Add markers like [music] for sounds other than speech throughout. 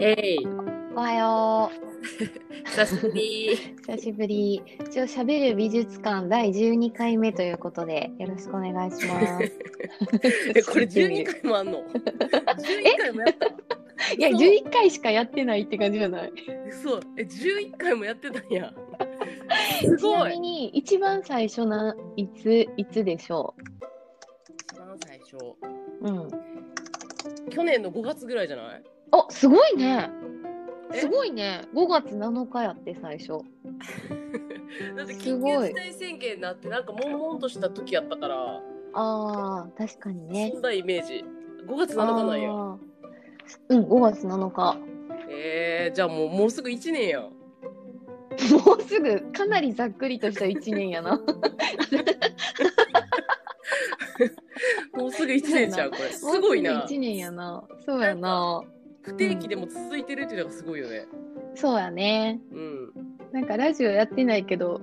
えい、おはよ久しぶり。う。久しぶり。一応喋る美術館第12回目ということで、よろしくお願いします。 [laughs] [laughs] え、これ十二回もあ [laughs] んの。十一回もやった。 [laughs] いや、そう11回しかやってないって感じじゃないそう、え、十一回もやってたん [laughs] や。すちごなみい。に、一番最初ないつ、いつでしょあの最初。ううん。去年の五月ぐらいじゃない。あ、すごいね。えすごいね。5月7日やって最初。だってす緊ご急い事態宣言になって、なんか悶々とした時やったから。あー、確かにねそ。んなイメージ。五月七日なんや。あーうん、5月7日。えー、じゃあもう、もうすぐ一年やん。もうすぐかなりざっくりとした1年やな。もうすぐ一年じゃん、こ [laughs] れ。すごいもうなす。ぐ1年やな。そうやな。不定期でも続いてるっていうのがすごいよね。そうやね。うん。なんかラジオやってないけど、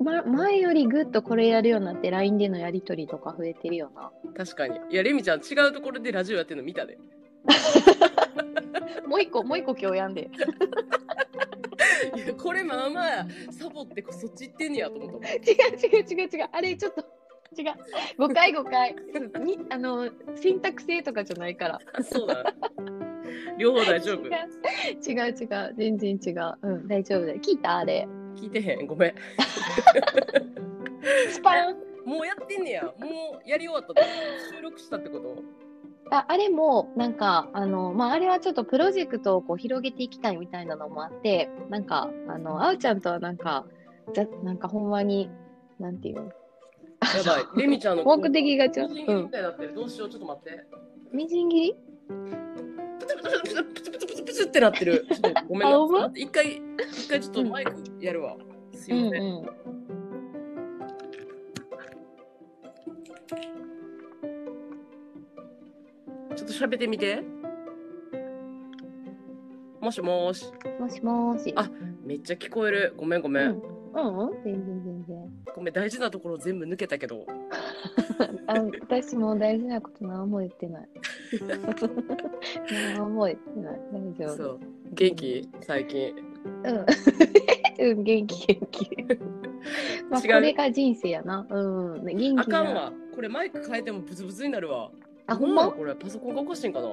ま、前よりぐっとこれやるようになって LINE でのやりとりとか増えてるよな。確かに。いや、レミちゃん、違うところでラジオやってるの見たで。もう一個、もう一個今日やんで。いや [laughs] これまあまあサボってそっち行ってんねやと思ったもん違う違う違う違う。あれちょっと。違う誤解誤解にあの選択制とかじゃないからあそうだ両方大丈夫違う違う違う全然違ううん大丈夫だよ聞いたあれ聞いてへんごめんスパンもうやってんねやもうやり終わったって収録したってことああれもなんかあの、まあ、あれはちょっとプロジェクトをこう広げていきたいみたいなのもあってなんかあのあうちゃんとはなんかざなんかほんまになんていうのやばいレミちゃんの目的がちょ個っと人切りみたいになってるどうしようちょっと待ってみじん切りプツプツプツプツプツプツプツってなってるちょっとごめんあほんまな一回一回ちょっとマイクやるわすいません、うんちょっと喋ってみてもしもーしうん、もしもーしあめっちゃ聞こえるごめんごめん、うんうんうん全然全然ごめん大事なところ全部抜けたけどあ私も大事なこと何も言ってない何も言ってない大丈そ夫う元気最近うん [laughs] うん元気元気まあこ違うれが人生やなうん元気なあかんわこれマイク変えてもブツブツになるわあほんまどうなのこれパソコンがおかしいんかな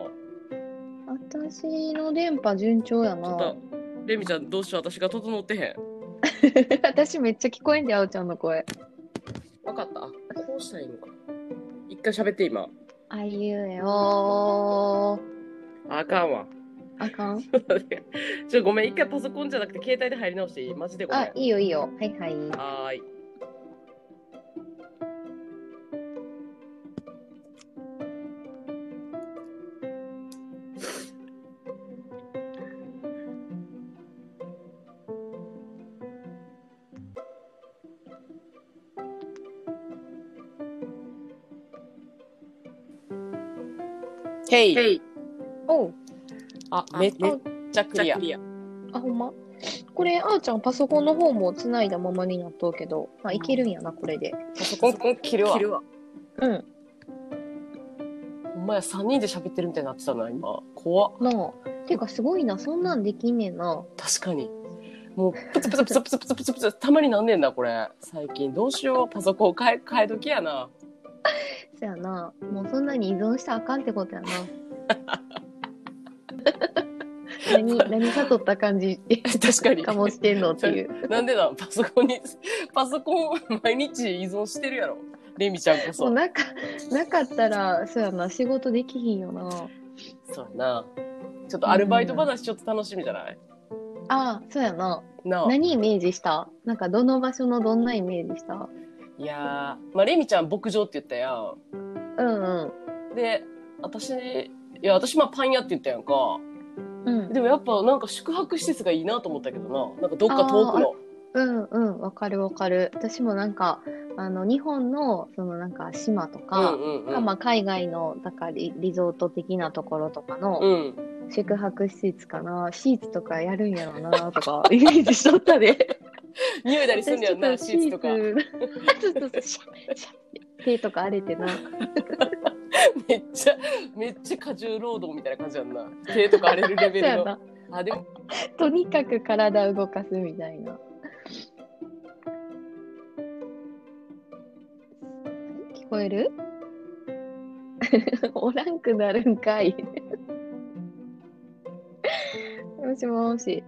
ち私の電波順調やょっなと。レミちゃんどうしよう私が整ってへん [laughs] 私めっちゃ聞こえんで、あおちゃんの声。わかったあこうしたらいいのか一回喋って今あいうえおー。あかんわ [laughs] あかんちょごめん一回パソコンじゃなくて携帯で入り直していいマジでごめんあ、いいよいいよ。はいはい。はーいヘイヘイおうああめめっちゃククリリアアあ、ほんまこれ、あおちゃんパソコンの方も繋いだままになっとうけど、まあ、いけるんやな、これで。パソコンコン切るわ切るわうん。ほんまや3人で喋ってるみたいになってたな今怖っなあ。てか、すごいな。そんなんできんねんな。確かにもうプツプツプツプツプツプツプツたまになんねんなこれ最近どうしようパソコン買い買い時やな [laughs] そやな。もうそんなに依存したらあかんってことやな。何、何悟った感じ。確かにかもしてんのっていう。なんでなんパソコンにパソコン毎日依存してるやろレミちゃんこもう [laughs] そなかなかったらそうやな仕事できひんよなそうやなちょっとアルバイト話ちょっと楽しみじゃない、あそうやななあ何イメージしたなんかどの場所のどんなイメージしたいやーまあレミちゃん牧場って言ったやうんうんんで私いや私まあパン屋って言ったやんかうんでもやっぱなんか宿泊施設がいいなと思ったけどななんかどっか遠くのうんうんわかるわかる私もなんかあの日本のそのなんか島とか、うんうんうんまあ、海外のだからリリゾート的なところとかのうん宿泊施設かな、シーツとかやるんや [laughs] ろなとかイメージしとったで匂いだりすんだよなシーツとか [laughs] 私ちょっとシーツそうそうそうシャッシャッって手とか荒れてなめっちゃめっちゃ過重労働みたいな感じやんな手とか荒れるレベそうやルのなあでもとにかく体動かすみたいな。聞こえる [laughs] おらんくなるんかい。 [laughs] もしもし。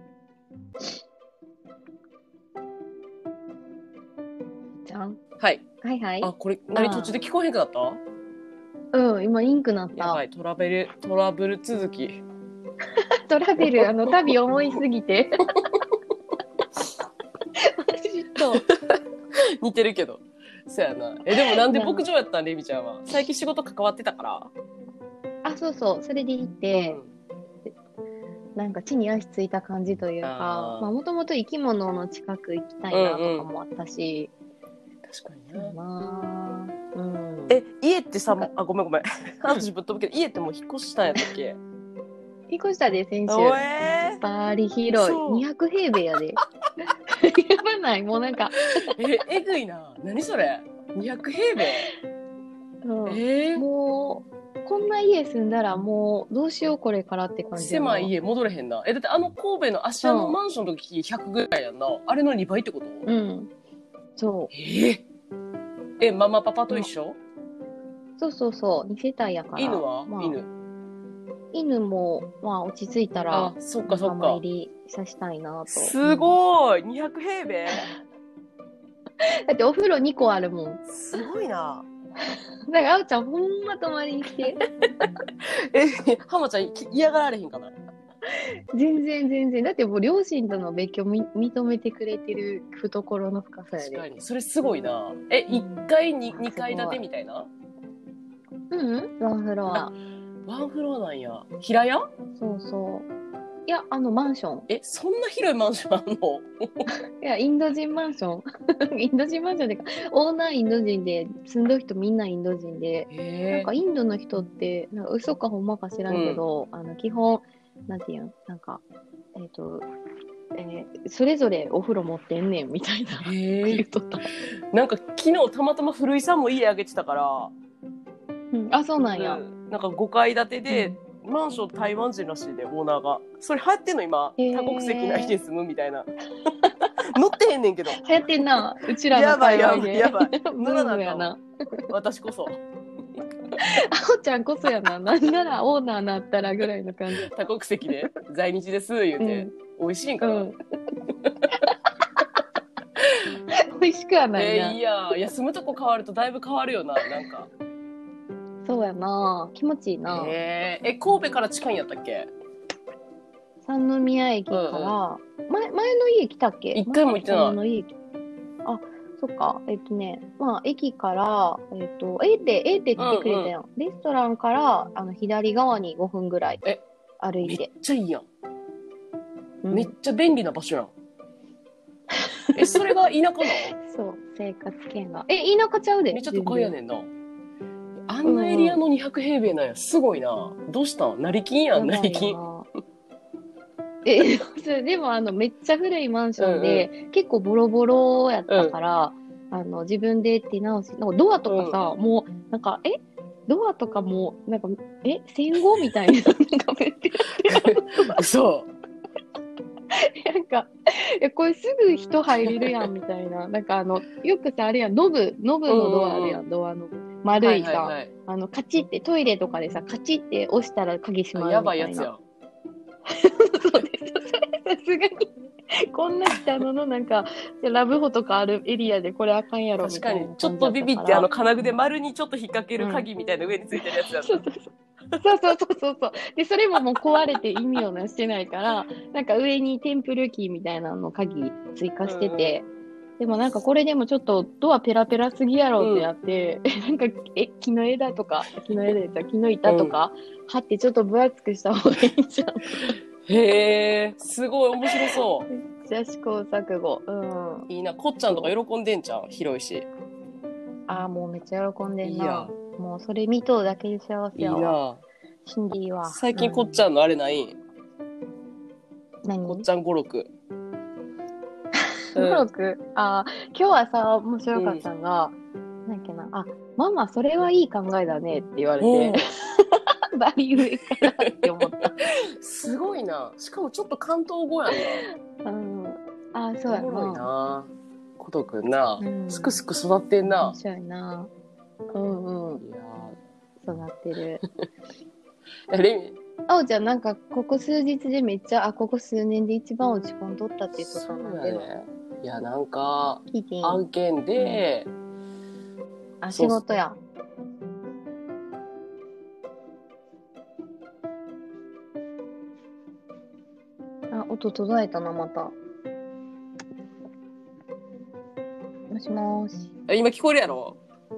ちゃんはいはいはいあ。これ何あー途中で聞こえへんくなったうん、今インクなっやばた。いトラベルトラブル続きトラベル、あの、旅思いすぎ [laughs] て。マジと。似てるけどそうやなえでもなんで牧場やったんレミちゃんは最近仕事関わってたからあ、そうそう。それで行って、なんか地に足ついた感じというあかーまあもともと生き物の近く行きたいなとかもあったし、確かになまあうんえ家ってさもうあごめんごめんあと自分飛ぶけど家ってもう引っ越したんやったっ [laughs] け引っ越したで先週おえバリ広いそう200平米やでやばないもうなんか、ー、ええぐいな何それ200平米うんえー、もうこんな家住んだらもうどうしようこれからって感じやな狭い家戻れへんなえだってあの神戸の芦屋のマンションの時100ぐらいやんなあれの2倍ってこと、うんそうえーえママパパと一緒、そうそうそう2世帯やから犬は、まあ、犬犬もまあ落ち着いたらあそっかそっ仲間か入りさせたいなとすごい200平 [laughs] 米だってお風呂2個あるもん。すごいなだから、あおちゃん、ほんま泊まりに来て。 [laughs] え浜ちゃんき嫌がられへんかな [laughs] 全然、全然。だって、もう両親との別居み認めてくれてる懐の深さや確かで。にそれすごいなえうん一階にごい二階建てみたいなうん、うん、ワンフロア。ワンフロアなんや平屋そうそう。いや、あの、マンショえそんな広いマンションあんのン。いや、インド人マンショ [laughs] ン。インド人マンションっていうか、オーナーインド人で、住んどる人みんなインド人で。なんえかインドの人って、なんか嘘かほんまか知らんけど、あの基本、なんていうん、なんか、えっ、と、えーそれぞれお風呂持ってんねんみたいな、へ言えうとった。なんか昨日たまたま古井さんも家あげてたからうんあ、そうなんや。うんなんか5階建てで、マンション台湾人らしいでオーナーがそれ流行ってんの今へー多国籍な家住むみたいな [laughs] 乗ってへんねんけど流行ってんな、うちらの界隈で。やばいやばブームやな。私こそあおちゃんこ [laughs] そやな。なんならオーナーなったらぐらいの感じ。多国籍で在日です言ううてん、。美味しいんうかな、ん。美味しくはないえな。ーいやいや住むとこ変わるとだいぶ変わるよななんかそうやな。気持ちいいな。えーえ神戸から近いんやったっけ三宮駅から、前前の家来たっけ一回も行ってない前の家来あそっかえっとねまあ駅からえっと A って A って来てくれたやん、レストランからあの左側に5分ぐらいえ歩めい、ってちゃいいやん、うんめっちゃ便利な場所やんえそれが田舎なのそう生活圏がえ田舎ちゃうでめっちゃ都会やねんなあんなエリアの200平米なんやすごいなどうしたん成金やん全成然金 [laughs] やばいよなえ [laughs] それでもあのめっちゃ古いマンションで、結構ボロボロやったから、あの自分で手直しなんかドアとかさ、もうなんかえドアとかもうなんかえ戦後みたいな [laughs] なんかめっちそゃなんかえこれすぐ人入れるやんみたいななんかあのよくさあれやんノブノブのドアあるやん、ドアのう丸いさ、はいはいあのカチってトイレとかでさカチって押したら鍵閉まるはいみたいなやばいやつやんそうです。 [laughs] さすがに、こんな北野のなんか、ラブホとかあるエリアでこれあかんやろみ確たかいなにちょっとビビってあの金具で丸にちょっと引っ掛ける鍵みたいな上についてるやつやんな、そうそうそう。そうそうそうそうそう。で、それももう壊れて意味をなしてないから、なんか上にテンプルキーみたいなの鍵追加してて、でもなんかこれでもちょっとドアペラペラすぎやろってなって、 [laughs] なんかえ木の枝とか、木の枝やったら木の板とか、貼ってちょっと分厚くした方がいいんじゃん。へえすごい面白そう [laughs] じゃあ試行錯誤。うん。いいな、こっちゃんとか喜んでんじゃん、広いし。ああ、もうめっちゃ喜んでんいいやな。もうそれ見とうだけで幸せいいやわ。な。シンディは。最近こっち、ちゃんのあれない、何こっちゃん語 [laughs] 録。登録、ああ、今日はさ、面白かったのが、なんやっけな、あ、ママ、それはいい考えだねって言われうん [laughs] て、バリ上からって思った。すごいな。しかもちょっと関東語やうん、あ、そうな。やおもろいな。な。孤独くんなう。んすくすく育ってんな面。白いな。うんうん、いやそうなっ [laughs] てる。ーえレミあおちゃん、なんか、ここ数日でめっちゃ、あ、ここ数年で一番落ち込んどったって言ってたそうのやで、ね。いや、なんか、聞いていい案件で、あ、仕事や。あ、音途絶えたな、また。もしもーし。え今聞こえるやろ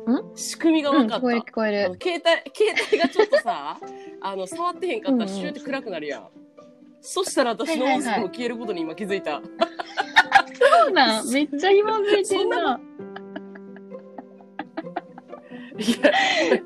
ん仕組みがう分ん、かった。聞こえる聞こえあるの。携帯、携帯がちょっとさ、 [laughs] あの、触ってへんかったうらんうんシューって暗くなるやん。そしたら私のはいはいはい音声も消えることに今気づいた。そ [laughs] うなん、めっちゃひもづいてんな。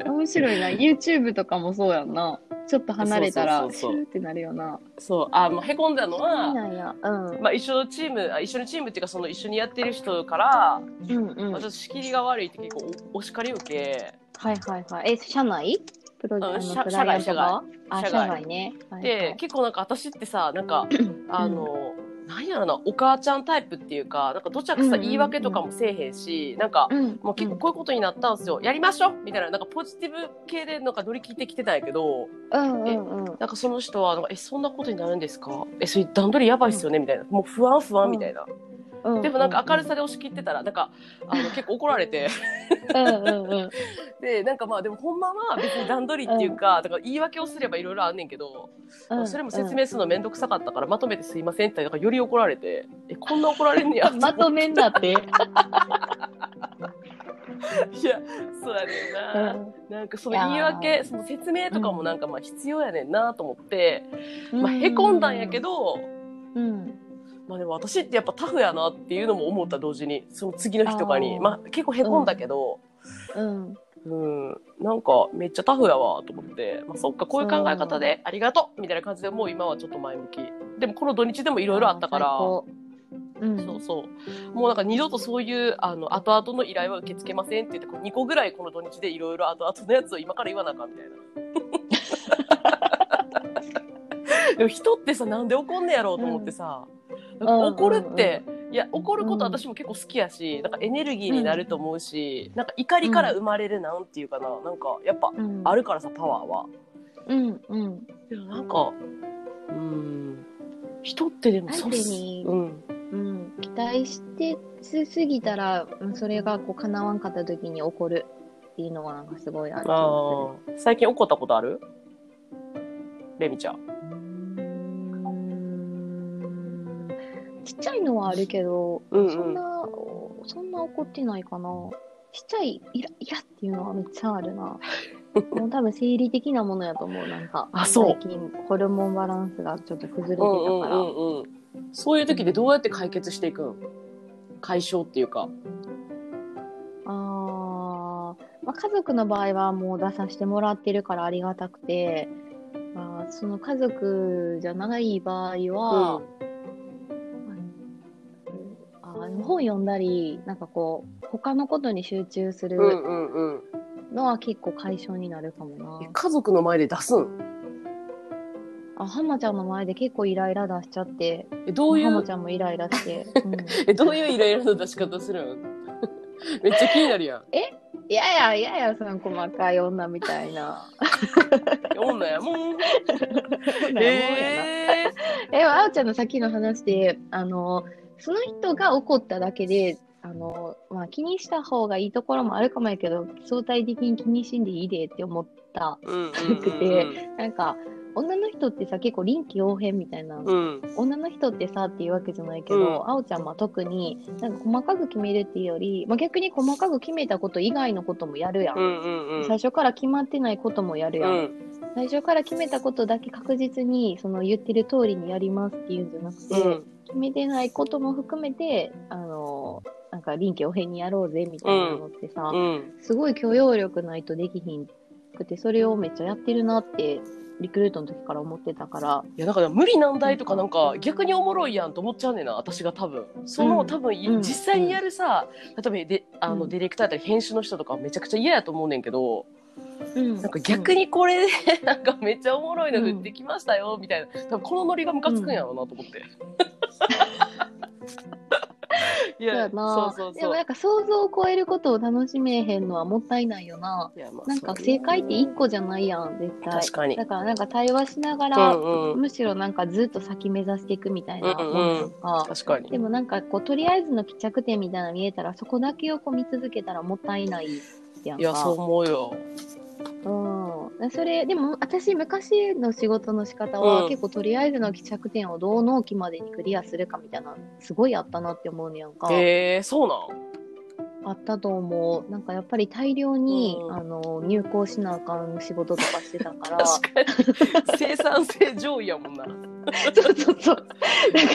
面白いな。YouTube とかもそうやんな。ちょっと [laughs] 離れたら、そうシそうそうそうューってなるよな。そう、あ、まあ、へこんだのそうは、なんや。うん。まあ、一緒のチーム、あ一緒のチームっていうか、その一緒にやってる人から、うんうまあ、ん。はちいょっと仕切りが悪いって結構おお叱り受け、はいはい。え、社内プロジェうんク社トのクライアントがあ、社外社外社外ね。はいはいで、結構なんか私ってさ、なん [clears throat] か、あの、なんやろな、お母ちゃんタイプっていうか、なんかどちゃくうんうさんうん言い訳とかもせえへんし、なんか、うん、もう結構こういうことになったんですよ、やりましょうみたいな、なんかポジティブ系でなんか乗り切ってきてたんやけど、うんうんうんなんかその人は、なんか、え、そんなことになるんですかえ、それ段取りやばいっすよねみたいな。もう不安不安みたいな。うん、でもなんか明るさで押し切ってたら、なんか、あの、結構怒られて。 [laughs] うんうんうんでなんかまあでもほんまは別に段取りっていうか,、だから言い訳をすればいろいろあんねんけど、うんそれも説明するの面倒くさかったからまとめて「すいません」って言ったらなんかより怒られて「えこんな怒られんねや」 [laughs] まとめんだって、 [laughs] いやそうやねんうな、んなんかその言い訳その説明とかもなんかまあ必要やねんなと思って、まあ、へこんだんやけ、ど、うん、まあ、でも私ってやっぱタフやなっていうのも思った同時にその次の日とかにあーまあ、結構へこんだけど。うん、うん、なんかめっちゃタフやわと思って、まあ、そっかこういう考え方でありがとうみたいな感じでもう今はちょっと前向きでもこの土日でもいいろいろあったからうん、そうそうもうなんか二度とそういうあの後々の依頼は受け付けませんって言ってこう2個ぐらいこの土日でいろいろ後々のやつを今から言わなあかんみたい [laughs] な。でも人ってさなんで怒んねやろうと思ってさ、なんか怒るって、いや怒ること私も結構好きやし、なんかエネルギーになると思うし、なんか怒りから生まれるなんていうかななんかやっぱうん、あるからさパワーは。うん、うん、でもなんかうん人ってでも相手にう、ん、うん、期待してしすぎたら、うんそれがこう叶わんかった時に起こるっていうのはなんかすごいある気がする。あー最近怒ったことあるレミちゃん。うーんちっちゃいのはあるけど、うんうんそんな、そんな怒ってないかな。ちっちゃいイライラっていうのはめっちゃあ [laughs] るな。もう多分生理的なものやと思う、なんか。あそう最近、ホルモンバランスがちょっと崩れてたうんうんかうら。んうん、そういう時でどうやって解決していくん解消っていうか。あーまあ、家族の場合はもう出させてもらってるからありがたくて、まあ、その家族じゃない場合は、あの本読んだりなんかこう他のことに集中すうんうるんうんうんのは結構解消になるかもえな、家族の前で出すんあハマちゃんの前で結構イライラ出しちゃってえどういハマうちゃんもイライラして、うんえどういうイライラの出し方するん [laughs] めっちゃ気になるやん。いやいやいやいやその細かい女みたい [laughs] な女やもん。そんなん思うやなええあおちゃんのさっきの話であのその人が怒っただけであの、まあ、気にした方がいいところもあるかもやけど相対的に気にしんでいいでって思ったー、うんなんか女の人ってさ結構臨機応変みたいなうんうん女の人ってさっていうわけじゃないけど、うんあおちゃんは特になんか細かく決めるっていうより、まあ、逆に細かく決めたこと以外のこともやるやん、うんうんうんうん最初から決まってないこともやるやん、うん最初から決めたことだけ確実にその言ってる通りにやりますっていうんじゃなくて、うん決めてないことも含めてあのなんか臨機応変にやろうぜみたいなのってさ、うんすごい許容力ないとできひんくて、それをめっちゃやってるなって、リクルートの時から思ってたから、いやだから無理難題とかなんか逆におもろいやんと思っちゃうねんな私が多分その、うん多分いうん実際にやるさ例えばであの、うんディレクターだったり編集の人とかはめちゃくちゃ嫌やと思うねんけどうんなんか逆にこれで [laughs] なんかめっちゃおもろいの降ってきましたよみたいな多分このノリがムカつくんやろうなと思って。 [laughs] いそうややなそうそうでそもうなんか想像を超えることを楽しめへんのはもったいないよな。いやまあなんかそう正解って1個じゃないやん、絶対。確かにだからなんか対話しながうら、んうんむしろなんかずっと先目指していくみたいなうんうんものとか、確かにでもなんかこう、とりあえずの帰着点みたいなの見えたら、そこだけをこう見続けたらもったいないやんか。いやそう思うようん、それでも私昔の仕事の仕方は、うん結構とりあえずの帰着点をどう納期までにクリアするかみたいなすごいあったなって思うねやんか、へえそうなんあったと思うなんかやっぱり大量に、うんあの入稿しなあかん仕事とかしてたから [laughs] 確かに生産性上位やもんなそうそうそう [laughs] だか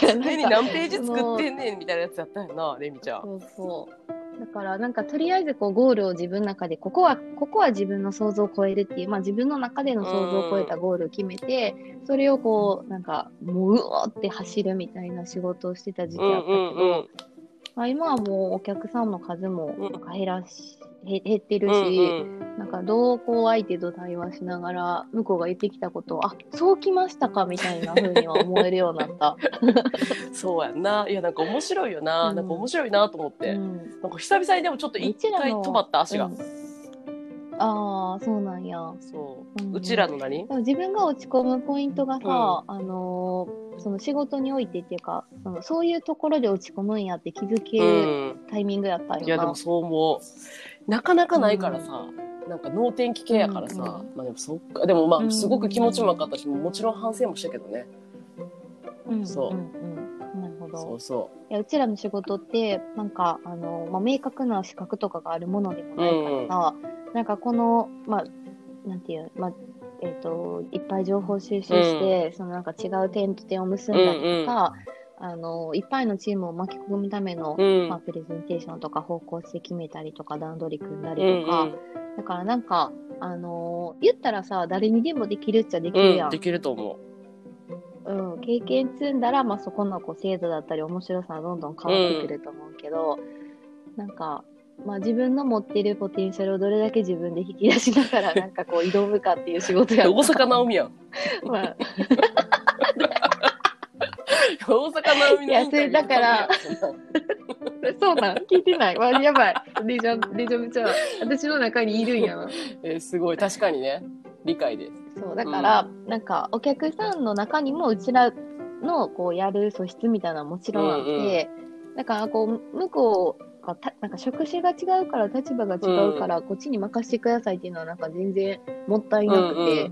ら常になんか何ページ作ってんねんみたいなやつやったんやなレミちゃん。そうそうだからなんかとりあえずこうゴールを自分の中でここはここは自分の想像を超えるっていう、まあ、自分の中での想像を超えたゴールを決めて、それをこうなんかもううおーって走るみたいな仕事をしてた時期あったけど、うんまあ、今はもうお客さんの数もうんなんか減らし、へ減ってるうし、んなんかどうこう相手と対話しながら向こうが言ってきたことをあそうきましたかみたいな風には思えるように [laughs] なった。そうやんないやなんか面白いよな、うんなんか面白いなと思って、うんなんか久々にでもちょっと一回止まった足が、うんああそうなんや。そう、ううんちらの何でも自分が落ち込むポイントがさ、あのーその仕事においてっていうかそのそういうところで落ち込むんやって気づけうるんタイミングやったんいやよでな、もそう思うなかなかないからさ、なんか能天気系やからさ、うんまあでもそっかでもまうあんすごく気持ちも分かったし、もちろん反省もしたけどね、うんそうんうんなるほどそうそいやうちらの仕事ってなんかあの、まあ、明確な資格とかがあるものでもないからさ、なんかこのまあなんていうまあえっ、といっぱい情報収集して、そのなんか違う点と点を結んだりとか、あのいっぱいのチームを巻き込むための、ううん、まあ、プレゼンテーションとか方向性決めたりとか段取り組んだうんりとか、だからなんかあの言ったらさ誰にでもできるっちゃできるうやん、んできると思うん、経験積んだら、まあ、そこのこう精度だったり面白さはどんどん変わってくると思うけど、なんか、まあ、自分の持ってるポテンシャルをどれだけ自分で引き出しなが [laughs] らなんかこう挑むかっていう仕事う [laughs] や大阪直美やんまあ、大阪直美のインタビュー [laughs] いやそれだ [laughs] からそんなそうなん聞いてない、まあ、やばいデジャデジャブちゃう私の中にいるんやなえーすごい確かにね理解ですそうだから、なんかお客さんの中にもうちらのこうやる素質みたいなのはもちろんあって、だからこう向こうがたなんか職種が違うから立場が違うから、こっちに任せてくださいっていうのはなんか全然もったいなくて。うんう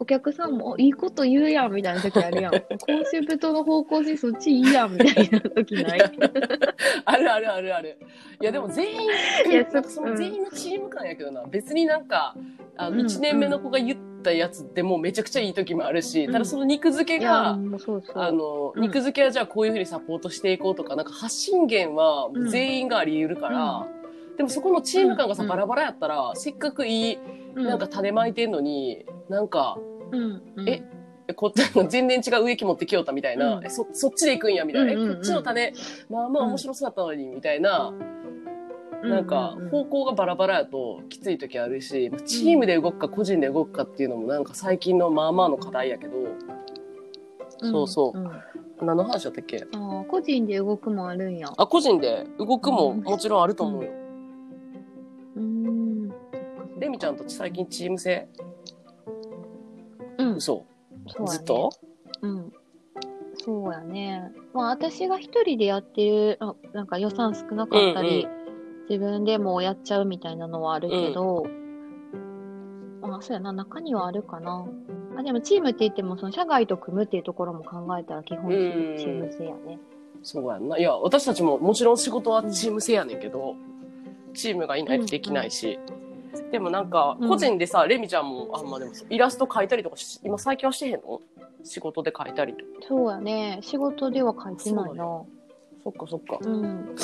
お客さんもおいいこと言うやんみたいな時あ [laughs] るやんコンセプトの方向性そっちいいやんみたいな時ないあるあるあるある。いやでも全員いやそなんかその全員のチーム感やけどな別になんかあの1年目の子が言ったやつでもめちゃくちゃいい時もあるし、うんただその肉付いけやが、もうそうそうあのうん肉付けはじゃあこういうふうにサポートしていこうとかなんか発信源はうん全員があり得るから、でもそこのチーム感がさ、うんバラバラやったらせっかくいいなんか種まいてんのになんかうんうんえこっち [laughs] の全然違う植木持ってきよったみたいな、うんえそそっちで行くんやみたいな、うんうんうんえこっちの種まあまあ面白そうだったのにみたいな。なんかううう方向がバラバラやときつい時あるし、まあチームで動くか個人で動くかっていうのもなんか最近のまあまあの課題やけど、そうそうんん何の話だったっけああ個人で動くもあるんや。あ個人で動くもうんもちろんあると思うよ。うーん。レミちゃんと最近チーム制うん、嘘、そうやねずっとうん。そうやね。まあ私が一人でやってる、あなんか予算少なかったり、自分でもやっちゃうみたいなのはあるけど、まあそうやな、中にはあるかな。あでもチームって言っても、その社外と組むっていうところも考えたら基本チーうんムチーム制やね。そうやんな。いや、私たちももちろん仕事はチーム制やねんけど、チームがいないとできないし。でもなんか、うん個人でさ、レミちゃんも、あんまあでも、イラスト描いたりとかし、今最近はしてへんの仕事で描いたりとか。そうやね。仕事では書いてないな。そっかそっか。うん。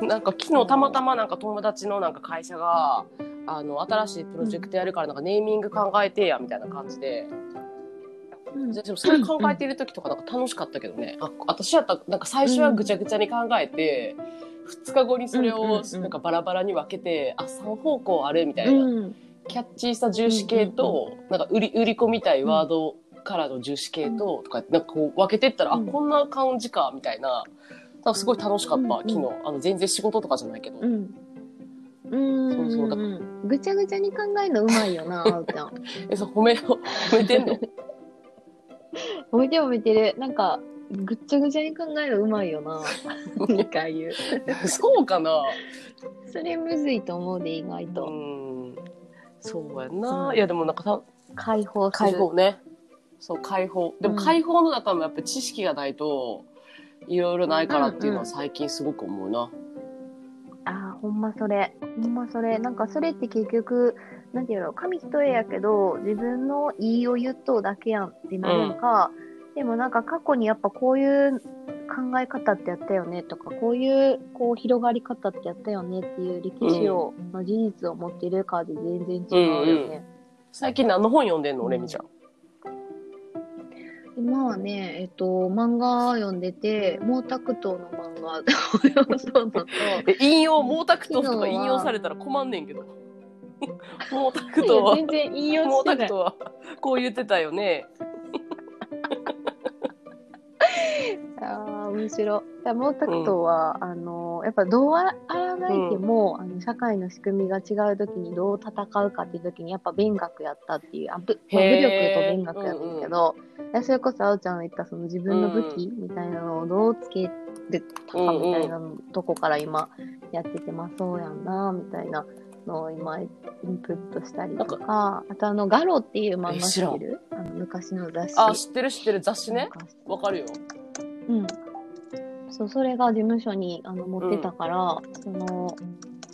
なんか昨日たまたまなんか友達のなんか会社があの新しいプロジェクトやるからなんかネーミング考えてやみたいな感じで、うんでもそれ考えてる時とかなんか楽しかったけどね、あ私やったらなんか最初はぐちゃぐちゃに考えて、2日後にそれうんうんをうんなんかバラバラに分けて、あ3方向あるみたいな、うんキャッチーさ重視系と、なんか売り売り子みたいワードからの重視系と、とかなんかこう分けてったら、うんあこんな感じかみたいななんかすごい楽しかった、うんうん昨日あの全然仕事とかじゃないけど、うんうんそうそうだかうんぐちゃぐちゃに考えるのうまいよな、あうちゃん。えそう褒め [laughs] 褒めてん [laughs] の褒めて褒めてる。なんか、ぐっちゃぐちゃに考えるのうまいよな。なんか言う。そうかなそれむずいと思うで、意外うと。んそうやんな、うんいやでもなんかた解放する。解放ねそう解放でもうん解放の中もやっぱ知識がないといろいろないからっていうのうんうんは最近すごく思うな、ああ、ほんまそれ。ほんまそれ。なんかそれって結局、なんていうの、紙一重やけど、自分のいいを言っとうだけやんってなるやんか、でもなんか過去にやっぱこういう考え方ってやったよねとか、こういうこう広がり方ってやったよねっていう歴史を、の事実を持ってるかで全然違うよね。最近何の本読んでんのうんレミちゃん今はね、えっと、漫画読んでて、毛沢東の漫画を [laughs] 読んだのと、え引用毛沢東とか引用されたら困んねん [laughs] けど毛沢東はいや全然引用毛して沢ない東。はこう言ってたよねああ、面白い。だから毛沢東は、あの、やっぱどうあらがいても、あの、社会の仕組みが違う時にどう戦うかっていう時に、やっぱ勉学やったっていう、あぶまあ武力とへー勉学やねんけど、いやそれこそ、あおちゃんの言ったその自分の武器みたいなのをどうつけてたかみたいなとこから今やってて、まあそうやんな、みたいなのを今インプットしたりとか、あとあの、ガロっていう漫え画知知らんってるあの昔の雑誌。あ知ってる知ってる雑誌なんねかわかるようん、そうそれが事務所にあの持ってたから、その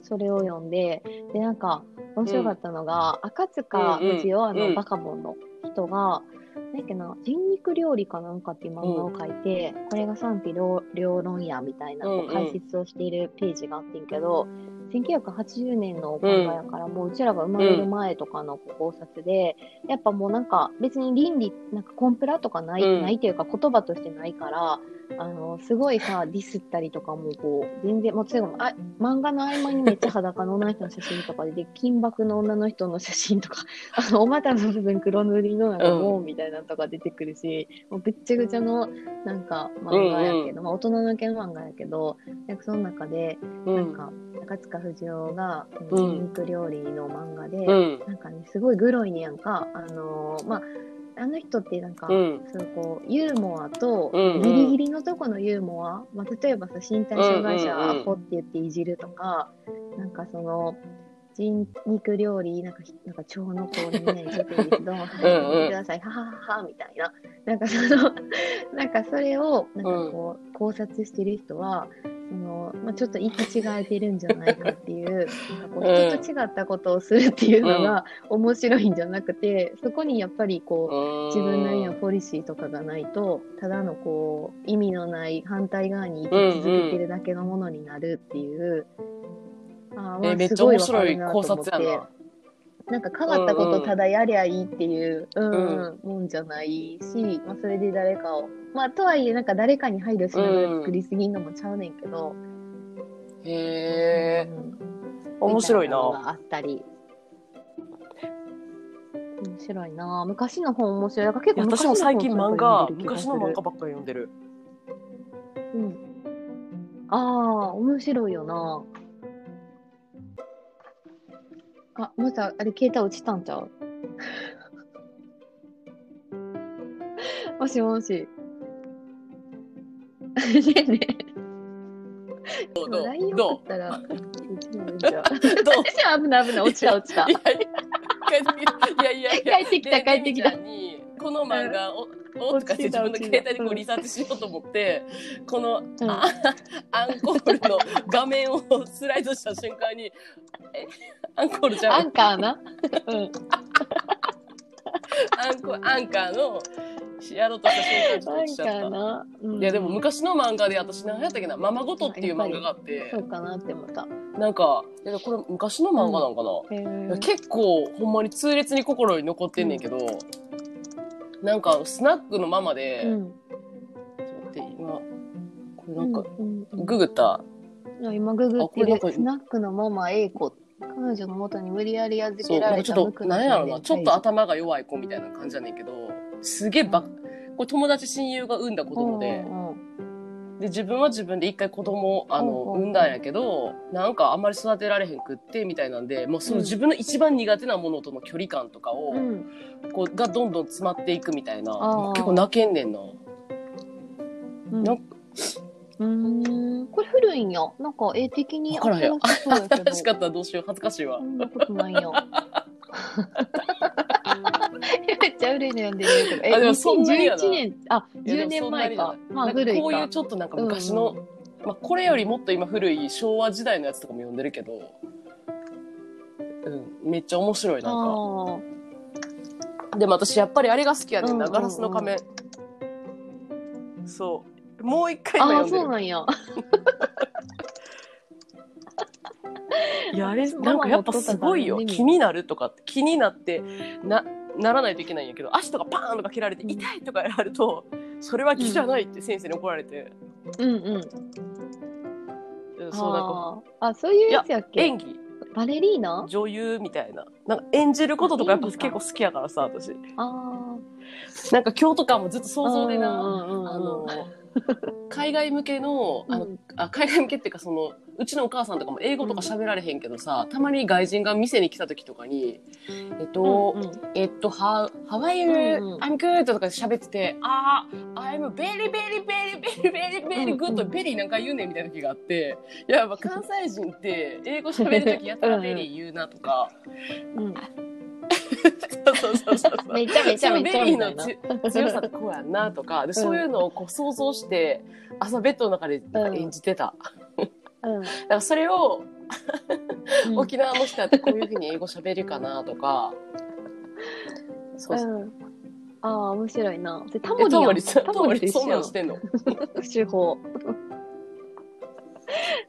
それを読んででなんか面白かったのが、赤塚不二夫、うんあうのんバカボンの人が、なんだっけな人肉料理かなんかっていう漫画を書いて、これが賛否両両論やみたいなうんうんこう解説をしているページがあってんけど、1980年の漫画やから、もううちらが生まれる前とかの考察で、やっぱもうなんか別に倫理なんかコンプラとかない、うんないというか言葉としてないからあのすごいさディスったりとかもこう全然もう最後のあ漫画の合間にめっちゃ裸の女の人の写真とかでで金箔の女の人の写真とか [laughs] あのお股の部分黒塗りのなんかもうみたいなのとか出てくるし、もうぐっちゃぐちゃのなんか漫画やけど、まあ、大人向けの漫画やけどなんかその中でうなんんか中塚不二夫がうん筋肉料理の漫画で、うんなんかねすごいグロいねやんかあのーまああの人ってなんか、うんそうこうユーモアとうんうんギリギリのとこのユーモア、まあ、例えばさ身体障害者うんうんうんアホって言っていじるとか、なんかその人肉料理なんかひなんか腸の子にね出てるけど「はうんい見てくださいはははは」みたいななんかその [laughs] なんかそれをなんかこう、考察してる人はその、まあ、ちょっと行き違えてるんじゃないかっていう [laughs] なんかこううん人と違ったことをするっていうのが面白いんじゃなくてそこにやっぱりこう自分なりのポリシーとかがないとただのこう意味のない反対側に生き続けてるだけのものになるっていう、あーまえあめっちすゃご面いわか白るいな考と思っ察やてななんか変わったことをただやりゃいいっていう、うんんうんもんじゃないし、まあ、それで誰かをまあとはいえなんか誰かに配慮しながら作りすぎんのもちゃうねんけど、へえうん面白いみたなのがあったり面白いな昔の本面白いなんか結い構や昔私のも本最近漫画そういうの見る気が昔すのる漫画ばっかり読んでるうん、ああ、面白いよな。あ、まさ、あれ、携帯落ちたんちゃう [laughs] もしもし。 [laughs] ねえねどえ、うどう LINE ど送うったら、落ちない [laughs] んちゃうどう私は危ない危ない、落ちた落ちたい。やいやいやいやいや帰ってきたで帰ってきたレミちゃんにこの漫画をおとかして自分の携帯でこうリサーチしようと思ってこのうんあアンコールの画面をスライドした瞬間にえアンコールじゃアん [laughs] ンカーな。うん。アンコアンカーのしやろうとした瞬間ちょっと落ちちゃっなた。んかな。うんいやでも昔の漫画で私何やったっけな「ままごと」っていう漫画があってそうかなって思った。なんかいやこれ昔の漫画なんかな、へいやー結構ほんまに痛烈に心に残ってんねんけど、なんかスナックのママで、うんちょっと待って今これなんか、うんうんググったいや今ググっあこれてなるんかスナックのママ A 子彼女の元に無理やり預そうけなんらかれちたょっとなんやろなちょっと頭頭が弱い子みたいな感じやねんけどすげえばこれ友達親友が産んだ子供でで自分は自分で一回子供あうんうんのうん産んだんやけどなんかあんまり育てられへんくってみたいなんでもうその自分の一番苦手なものとの距離感とかを、うんこうがどんどん詰まっていくみたいなあー結構泣けんねんなうんなんうんこれ古いんやなんか絵的にわからへん新しそうやけど [laughs] 新しかったらどうしよう恥ずかしいわそんなことないよ。 [laughs] めっちゃ古いの読んでるけど。え、あでもそんなにやな2011年、あ、いや10でもそ年んなに前じゃなかい。まなあんか古いこういうか。ちょっとなんか昔の、うんまあ、これよりもっと今古い昭和時代のやつとかも読んでるけど、うん、めっちゃ面白いなんあかでも私やっぱりあれが好きやねんな、うんうんうガんラスの仮面そうもう一回あ、あ今あそう読んでなんや。るいやあれママなんかやっぱすごいよ持っとったからね気になるとかって気になってなならないといけないんやけど足とかパーンとか蹴られてうん痛いとかやられるとそれは気じゃないって先生に怒られて、うんうん。うんそうなんかあーあ、そういうやつやっけ演技バレリーナ女優みたいななんか演じることとかやっぱ演技結か構好きやからさ私あなんか今日とかもずっとあ。想像でなうんうんうんうんあ [laughs] の海外向けのあの、うんあ海外向けっていうかそのうちのお母さんとかも英語とか喋られへんけどさ、たまに外人が店に来た時とかに「えっと、うんうんえっと How, how are you?、うんうん I'm good」とか喋ってて「ああ I'm very very very very very very うん good」うんベリーなんか言うねんみたいな時があっていややっぱ関西人って英語喋る時やたらベリー言うなとか。うんそうそうそうそうめちゃめちゃめちゃベリみーたのいな。ち強さってこうやんなとかでそういうのをこう想像して朝ベッドの中でなんか演じてた、だからそれをうん沖縄の人やってこういうふうに英語喋るかなとか、そうそううん。ああ、面白いな。で、タモえリタやんモリさんタタモモリとリ一そ緒んやなんのしてんの手法。 [laughs]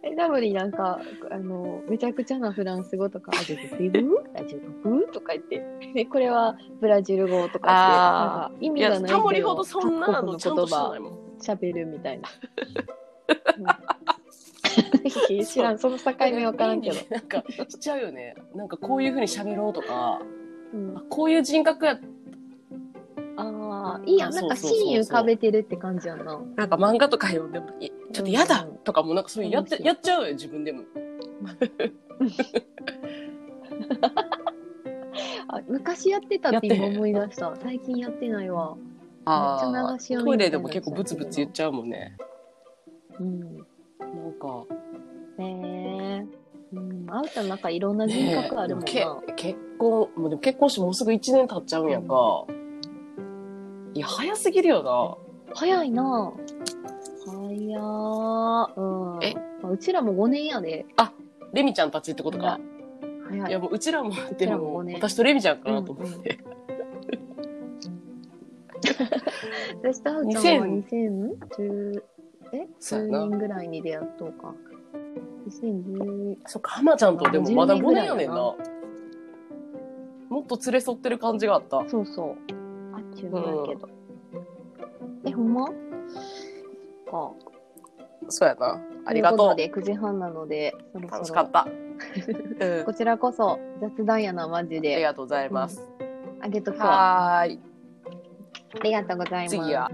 え、ラブリーなんか、あの、めちゃくちゃなフランス語とか、あ、ジェブブあ、ジェブブとか言って、で、これはブラジル語とかって、あーなんか意い味がなやいけど。タモリほどそんな各の国ちゃん言としてな葉いもん喋るみたいな。うん [laughs] 知らん、その境目わからんけど。なんかしちゃうよねなんかこういうふうに喋ろうとかうんあこういう人格やああ、いいやん。なんか、そうそうそうそうシーン浮かべてるって感じやんな。なんか漫画とか読んでもいちょっと嫌だうんとかもなんかそういうやってうんやっちゃうよ自分でもあ、昔やってたって今思い出した。最近やってないわ。あめっちゃあ流し読みトイレでも結構ブツブツ言っちゃうもんねうん。なんかねえ。うん、あうちゃんなんかいろんな人ねえ格あるもんけな。結婚もうでも結婚してもうすぐ1年経っちゃうんやんか、いや早すぎるよ早いな早ー。うん。えまあうちらも5年やで。なレミちゃんたちってことか、早いい。やもううちらもでちらももね私とレミちゃんかなと思って、 [laughs] 私とあうちゃんは2010、えそうや ?10 な年ぐらいに出会っとうか。2010、そっか浜ちゃんとでもまだ5年やねんな10年もっと連れ添ってる感じがあったそうそう。あっちゅうのやけど。え、ほんまか。そうやなありがとうということで、9時半なので、そろそろ楽しか [laughs] った、うんこちらこそ雑談やな、マジありで。がとうございます、あげとくわ。あはーいりがとうございます。次は